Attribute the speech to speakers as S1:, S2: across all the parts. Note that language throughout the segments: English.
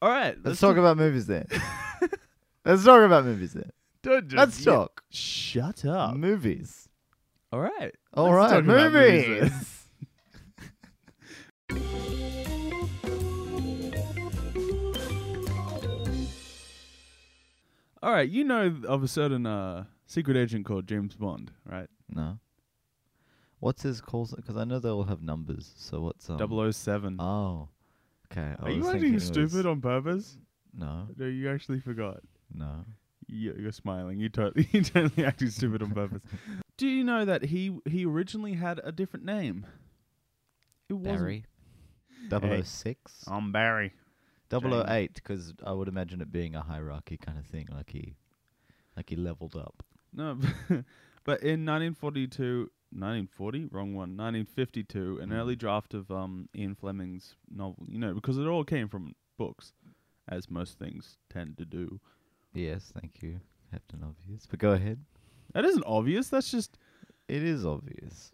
S1: All right.
S2: Let's talk about movies then. Let's talk about movies then.
S1: Dude, dude,
S2: Let's
S1: you-
S2: talk
S1: Shut up.
S2: movies.
S1: All right.
S2: All
S1: Let's
S2: right,
S1: talk about
S2: movies.
S1: movies then. All right. You know of a certain uh, secret agent called James Bond, right?
S2: no. What's his call? Because I know they all have numbers. So what's um?
S1: Double O Seven. 007.
S2: Oh. Okay. I
S1: Are you
S2: was
S1: acting
S2: thinking it was-
S1: stupid on purpose?
S2: No.
S1: No, you actually forgot.
S2: No.
S1: You- You're smiling. You totally, you totally acting stupid on purpose. Do you know that he he originally had a different name? It wasn't-
S2: Barry. 006?
S1: I'm Barry.
S2: 008, because oh I would imagine it being a hierarchy kind of thing, like he, like he leveled up.
S1: No, b- but in 1942, 1940, wrong one, 1952, an
S2: Mm.
S1: early draft of um, Ian Fleming's novel, you know, because it all came from books, as most things tend to do.
S2: Yes, thank you, Captain Obvious. But go ahead.
S1: That isn't obvious. That's just.
S2: It is obvious.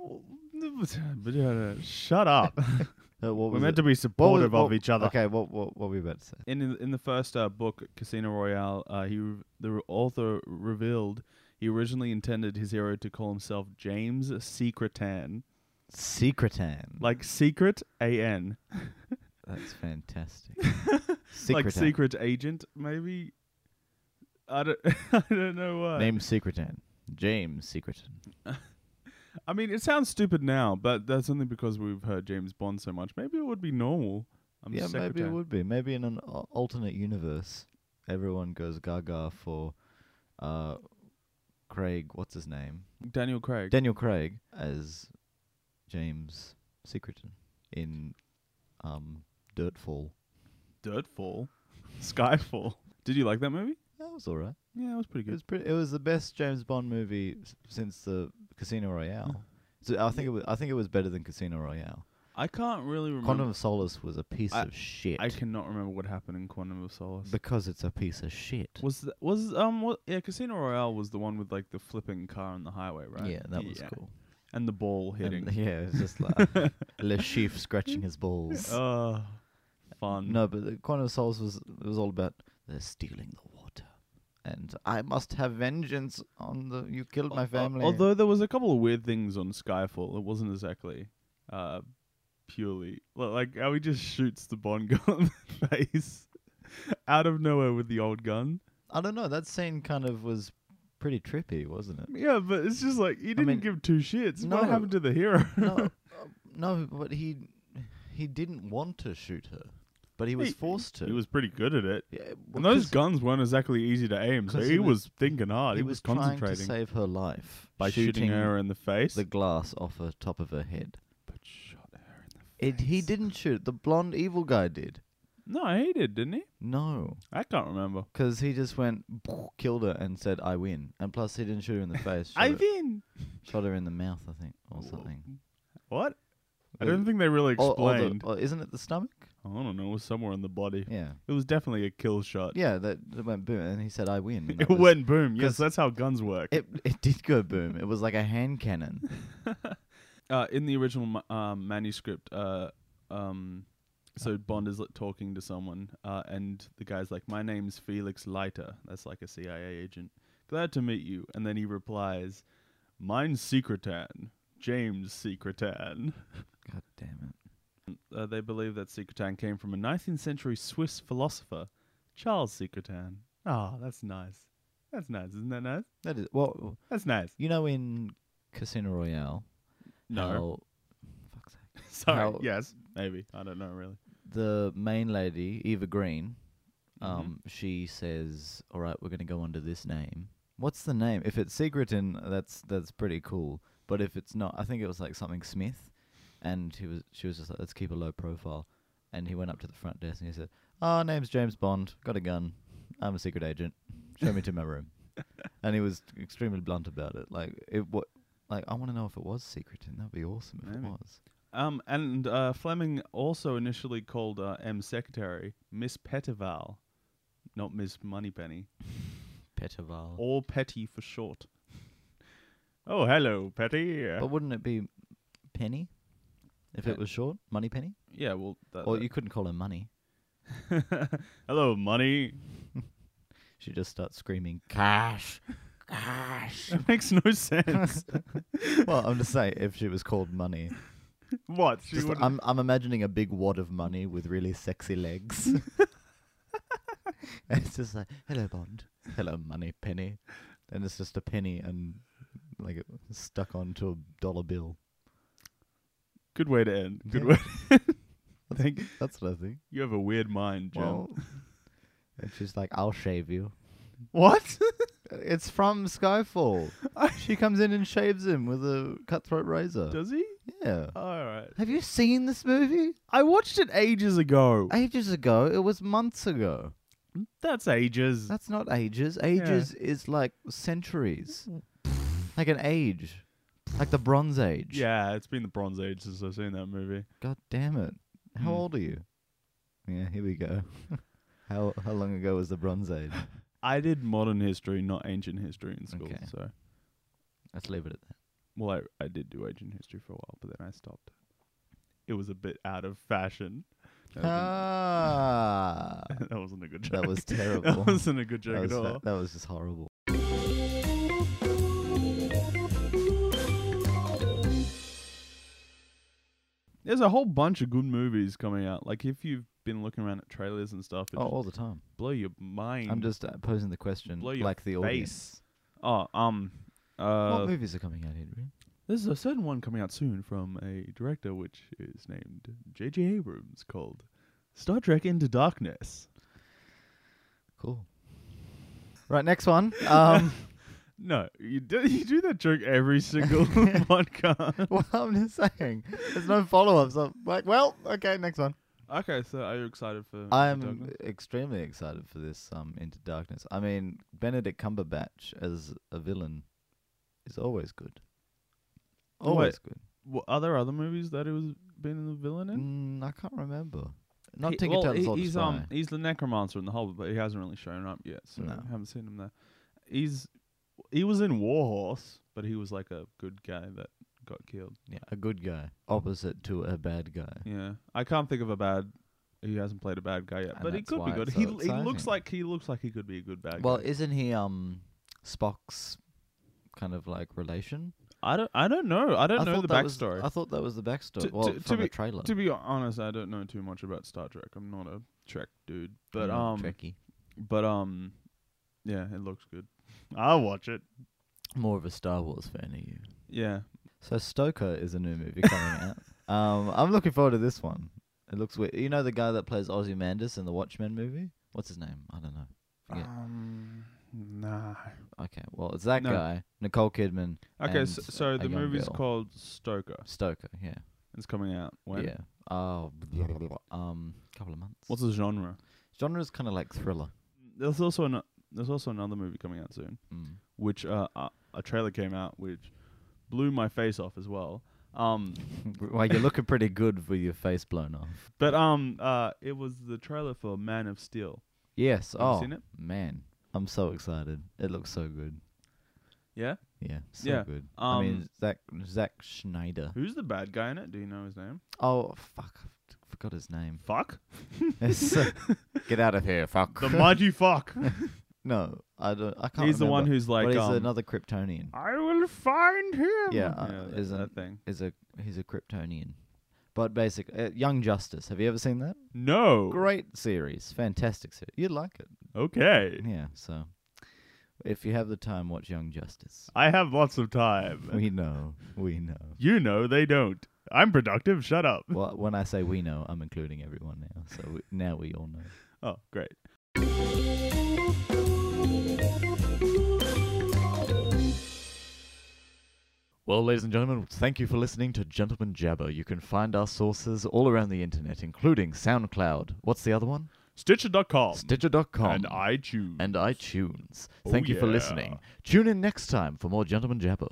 S1: Shut up.
S2: Uh, what
S1: We're
S2: was
S1: meant
S2: it?
S1: to be
S2: What was-
S1: supportive of
S2: what-
S1: each other.
S2: Okay, what what what were we about to say?
S1: In in the first uh, book, Casino Royale, uh, he re- the re- author revealed he originally intended his hero to call himself James Secretan,
S2: Secretan.
S1: like secret A N.
S2: That's fantastic.
S1: like
S2: Secretan.
S1: secret agent, maybe. I don't, I don't know why.
S2: Name Secretan. James Secretan.
S1: I mean, it sounds stupid now, but that's only because we've heard James Bond so much. Maybe it would be normal. I'm
S2: yeah,
S1: just
S2: maybe it
S1: secretary.
S2: would be. Maybe in an al- alternate universe, everyone goes gaga for, uh, Craig. What's his name?
S1: Daniel Craig.
S2: Daniel Craig as James Secretan in um, Dirtfall.
S1: Dirtfall, Skyfall. Did you like that movie?
S2: That was all right.
S1: Yeah, it was pretty
S2: It
S1: good.
S2: was pretty, It was the best James Bond movie s- since the Casino Royale. So I think it was. I think it was better than Casino Royale.
S1: Hmm. I can't really remember.
S2: Quantum of Solace was a piece
S1: I-
S2: of shit.
S1: I cannot remember what happened in Quantum of Solace.
S2: because it's a piece of shit.
S1: was th- was um what, yeah Casino Royale was the one with like the flipping car on the highway, right?
S2: Yeah, that was cool.
S1: And the ball
S2: And
S1: hitting.
S2: yeah, it was just like Le Chiffre scratching his balls.
S1: Oh, um, fun.
S2: No, but the Quantum of Solace was it was all about they're stealing the water, and I must have vengeance on the you killed my
S1: Al- al-
S2: family.
S1: Although there was a couple of weird things on Skyfall, it wasn't exactly uh, purely li- like how he just shoots the Bond girl in the face out of nowhere with the old gun.
S2: I don't know, that scene kind of was pretty trippy, wasn't it?
S1: Yeah, but it's just like he didn't
S2: mean,
S1: give two shits.
S2: no.
S1: What happened to the hero?
S2: no, uh, no, but he he didn't want to shoot her, but he was
S1: He-
S2: forced to.
S1: he was pretty good at it.
S2: yeah,
S1: And
S2: well,
S1: those
S2: 'cause
S1: guns weren't exactly easy to aim, so
S2: 'cause
S1: he,
S2: he was-
S1: was, thinking hard.
S2: he
S1: He,
S2: was, trying to
S1: concentrating
S2: save her life
S1: by shooting, her in the face.
S2: the glass off her top of her head.
S1: but shot her in the
S2: It, he didn't shoot. The blonde evil guy did.
S1: No, he did, didn't he?
S2: No.
S1: I can't remember.
S2: Because he just went, killed her, and said, I win. And plus, he didn't shoot her in the face. Shot,
S1: I
S2: her,
S1: mean,
S2: shot her in the mouth, I think, or something.
S1: what? I
S2: The-
S1: don't think they really
S2: or- or the-
S1: explained.
S2: or isn't it the stomach?
S1: I don't know. It was somewhere in the body.
S2: Yeah.
S1: It was definitely a kill shot.
S2: Yeah, that, that went boom. And he said, I win. and that
S1: it
S2: was-
S1: went boom.
S2: 'cause-
S1: Yes, that's how guns work.
S2: It, it did go boom. It was like a hand cannon.
S1: uh, in the original ma- um, manuscript, uh, um, so Bond is like, talking to someone, uh, and the guy's like, "My name's Felix Leiter." That's like a CIA agent. Glad to meet you. And then he replies, "Mine's Secretan, James Secretan."
S2: God damn it.
S1: Uh, they believe that Secretan came from a 19th century Swiss philosopher, Charles Secretan. Ah, that's nice. That's nice, isn't that nice?
S2: That is, well,
S1: That's nice.
S2: you know, in Casino Royale, how- fuck's sake.
S1: Sorry.
S2: how-
S1: yes. Maybe. I don't know really.
S2: the main lady, Eva Green, um, she says, "All right, we're going to go under this name. What's the name? If it's Secretin, that's that's pretty cool. But if it's not, I think it was like something Smith." And he was, she was just like, "Let's keep a low profile." And he went up to the front desk and he said, "Ah, name's James Bond. Got a gun. I'm a secret agent. Show me to my room." And he was extremely blunt about it. Like it, what, like I want to know if it was Secretin. That'd be awesome if it
S1: Maybe.
S2: was.
S1: Um, and uh, Fleming also initially called uh, M secretary Miss Pettival, not Miss Moneypenny,
S2: Petival.
S1: or Petty for short. Oh, hello, Petty.
S2: But wouldn't it be penny if
S1: Yeah.
S2: it was short? Money penny?
S1: yeah, well, that,
S2: Or
S1: that-
S2: uh, you couldn't call her money.
S1: Hello, money.
S2: She just starts screaming, "Cash, cash!"
S1: That makes no sense.
S2: well, I'm just saying, if she was called money,
S1: what? She
S2: Just-
S1: would
S2: I'm I'm imagining a big wad of money with really sexy legs. and it's just like, "Hello, Bond. Hello, money, penny," and it's just a penny and like it stuck onto a dollar bill.
S1: Good way to end. Good
S2: Yeah.
S1: way. Thank
S2: That's what I think.
S1: you. Have a weird mind, Jim.
S2: Well, and she's like, "I'll shave you."
S1: what?
S2: It's from Skyfall.
S1: uh,
S2: she comes in and shaves him with a cutthroat razor.
S1: Does he?
S2: yeah.
S1: All right.
S2: Have you seen this movie?
S1: I watched it ages ago.
S2: Ages ago. It was months ago.
S1: That's ages.
S2: That's not ages. Ages is like centuries. like an age. Like the Bronze Age.
S1: yeah, it's been the Bronze Age since I've seen that movie.
S2: God damn it. How
S1: Mm.
S2: old are you? Yeah, here we go. how how long ago was the Bronze Age?
S1: I did modern history, not ancient history in school.
S2: Okay.
S1: So,
S2: Let's leave it at that.
S1: well, I, I did do ancient history for a while, but then I stopped. It was a bit out of fashion. That wasn't-
S2: Ah,
S1: that wasn't a good joke.
S2: that was terrible.
S1: That wasn't a good
S2: That
S1: joke
S2: was
S1: at
S2: fa-
S1: all.
S2: that was just horrible.
S1: There's a whole bunch of good movies coming out. Like if you've been looking around at trailers and stuff, it
S2: Oh, all the time.
S1: blow your mind.
S2: I'm just uh, posing the question,
S1: blow your
S2: like the audience.
S1: face. Oh, um,
S2: What
S1: uh,
S2: movies are coming out, Henry?
S1: there's a certain one coming out soon from a director which is named J.J. Abrams called Star Trek Into Darkness.
S2: Cool. Right, next one. Um,
S1: No, you do you do that joke every single podcast.
S2: well, I'm just saying, there's no follow-ups. I'm like, well, okay, next one.
S1: Okay, so are you excited for? Into
S2: I'm
S1: Darkness?
S2: extremely excited for this. Um, Into Darkness. I mean, Benedict Cumberbatch as a villain is always good.
S1: Wait.
S2: Always good.
S1: Wha- are there other movies that he was been the villain in?
S2: Mm, I can't remember. Not
S1: He-
S2: Tinker
S1: well,
S2: Tailor
S1: he-
S2: Soldier
S1: he's
S2: Spy.
S1: um he's the necromancer in the Hobbit, but he hasn't really shown up yet, so
S2: No.
S1: I haven't seen him there. He's he was in Warhorse, but he was like a good guy that got killed.
S2: yeah, a good guy opposite to a bad guy.
S1: Yeah, I can't think of a bad. He hasn't played a bad guy yet,
S2: And
S1: but he
S2: that's
S1: could be
S2: why
S1: good.
S2: it's
S1: he
S2: so
S1: he looks
S2: exciting.
S1: like he looks like he could be a good bad
S2: Well,
S1: guy.
S2: isn't he um Spock's kind of like relation?
S1: I don't I don't know. I don't know
S2: thought
S1: the
S2: that was-
S1: backstory.
S2: I thought that was the backstory.
S1: To-
S2: well,
S1: to- to
S2: from
S1: be-
S2: the trailer.
S1: to be honest, I don't know too much about Star Trek. I'm not a Trek dude, but
S2: Mm,
S1: um,
S2: tricky.
S1: but um, yeah, it looks good. I'll watch it.
S2: More of a Star Wars fan are you?
S1: Yeah,
S2: So Stoker is a new movie coming out. Um, I'm looking forward to this one. It looks weird. You know the guy that plays Ozymandias in the Watchmen movie? What's his name? I don't know. Forget.
S1: Um, nah.
S2: Okay, well it's that
S1: No.
S2: guy, Nicole Kidman,
S1: Okay,
S2: And
S1: so,
S2: a-
S1: so
S2: a
S1: the
S2: young
S1: movie's
S2: girl.
S1: called Stoker.
S2: Stoker. Yeah,
S1: It's coming out when?
S2: yeah. Oh, blah, blah, blah, blah. um, couple of months.
S1: What's the genre?
S2: Genre is kind of like thriller.
S1: There's also an, there's also another movie coming out soon,
S2: Mm.
S1: which uh, uh, a trailer came out which blew my face off as well. Um,
S2: well, you're looking pretty good with your face blown off.
S1: but um, uh, it was the trailer for Man of Steel.
S2: Yes.
S1: Have you
S2: oh
S1: seen it?
S2: man, I'm so excited. It looks so good.
S1: Yeah.
S2: Yeah, so
S1: Yeah,
S2: good.
S1: Um,
S2: I mean, Zach Zach Schneider.
S1: who's the bad guy in it? Do you know his name?
S2: Oh fuck, I forgot his name.
S1: Fuck
S2: It's- Get out of here, fuck.
S1: the mighty fuck.
S2: no, I don't. I can't.
S1: he's the one
S2: remember.
S1: who's like
S2: But he's
S1: um,
S2: another Kryptonian.
S1: I will find him.
S2: Yeah, uh,
S1: that,
S2: isn't-
S1: that thing.
S2: Is a he's a Kryptonian. But basic, uh, Young Justice. Have you ever seen that?
S1: No.
S2: Great series, fantastic series. You'd like it.
S1: Okay.
S2: Yeah. So, if you have the time, watch Young Justice.
S1: I have lots of time.
S2: We know. We know.
S1: You know they don't. I'm productive. Shut up.
S2: well, when I say we know, I'm including everyone now. So we, now we all know.
S1: Oh, great.
S2: Well, ladies and gentlemen, thank you for listening to Gentleman Jabber. You can find our sources all around the internet, including SoundCloud. What's the other one?
S1: Stitcher.com.
S2: Stitcher.com.
S1: Um, And iTunes.
S2: and iTunes.
S1: Oh,
S2: Thank you for
S1: yeah.
S2: listening. Tune in next time for more Gentleman Jabber.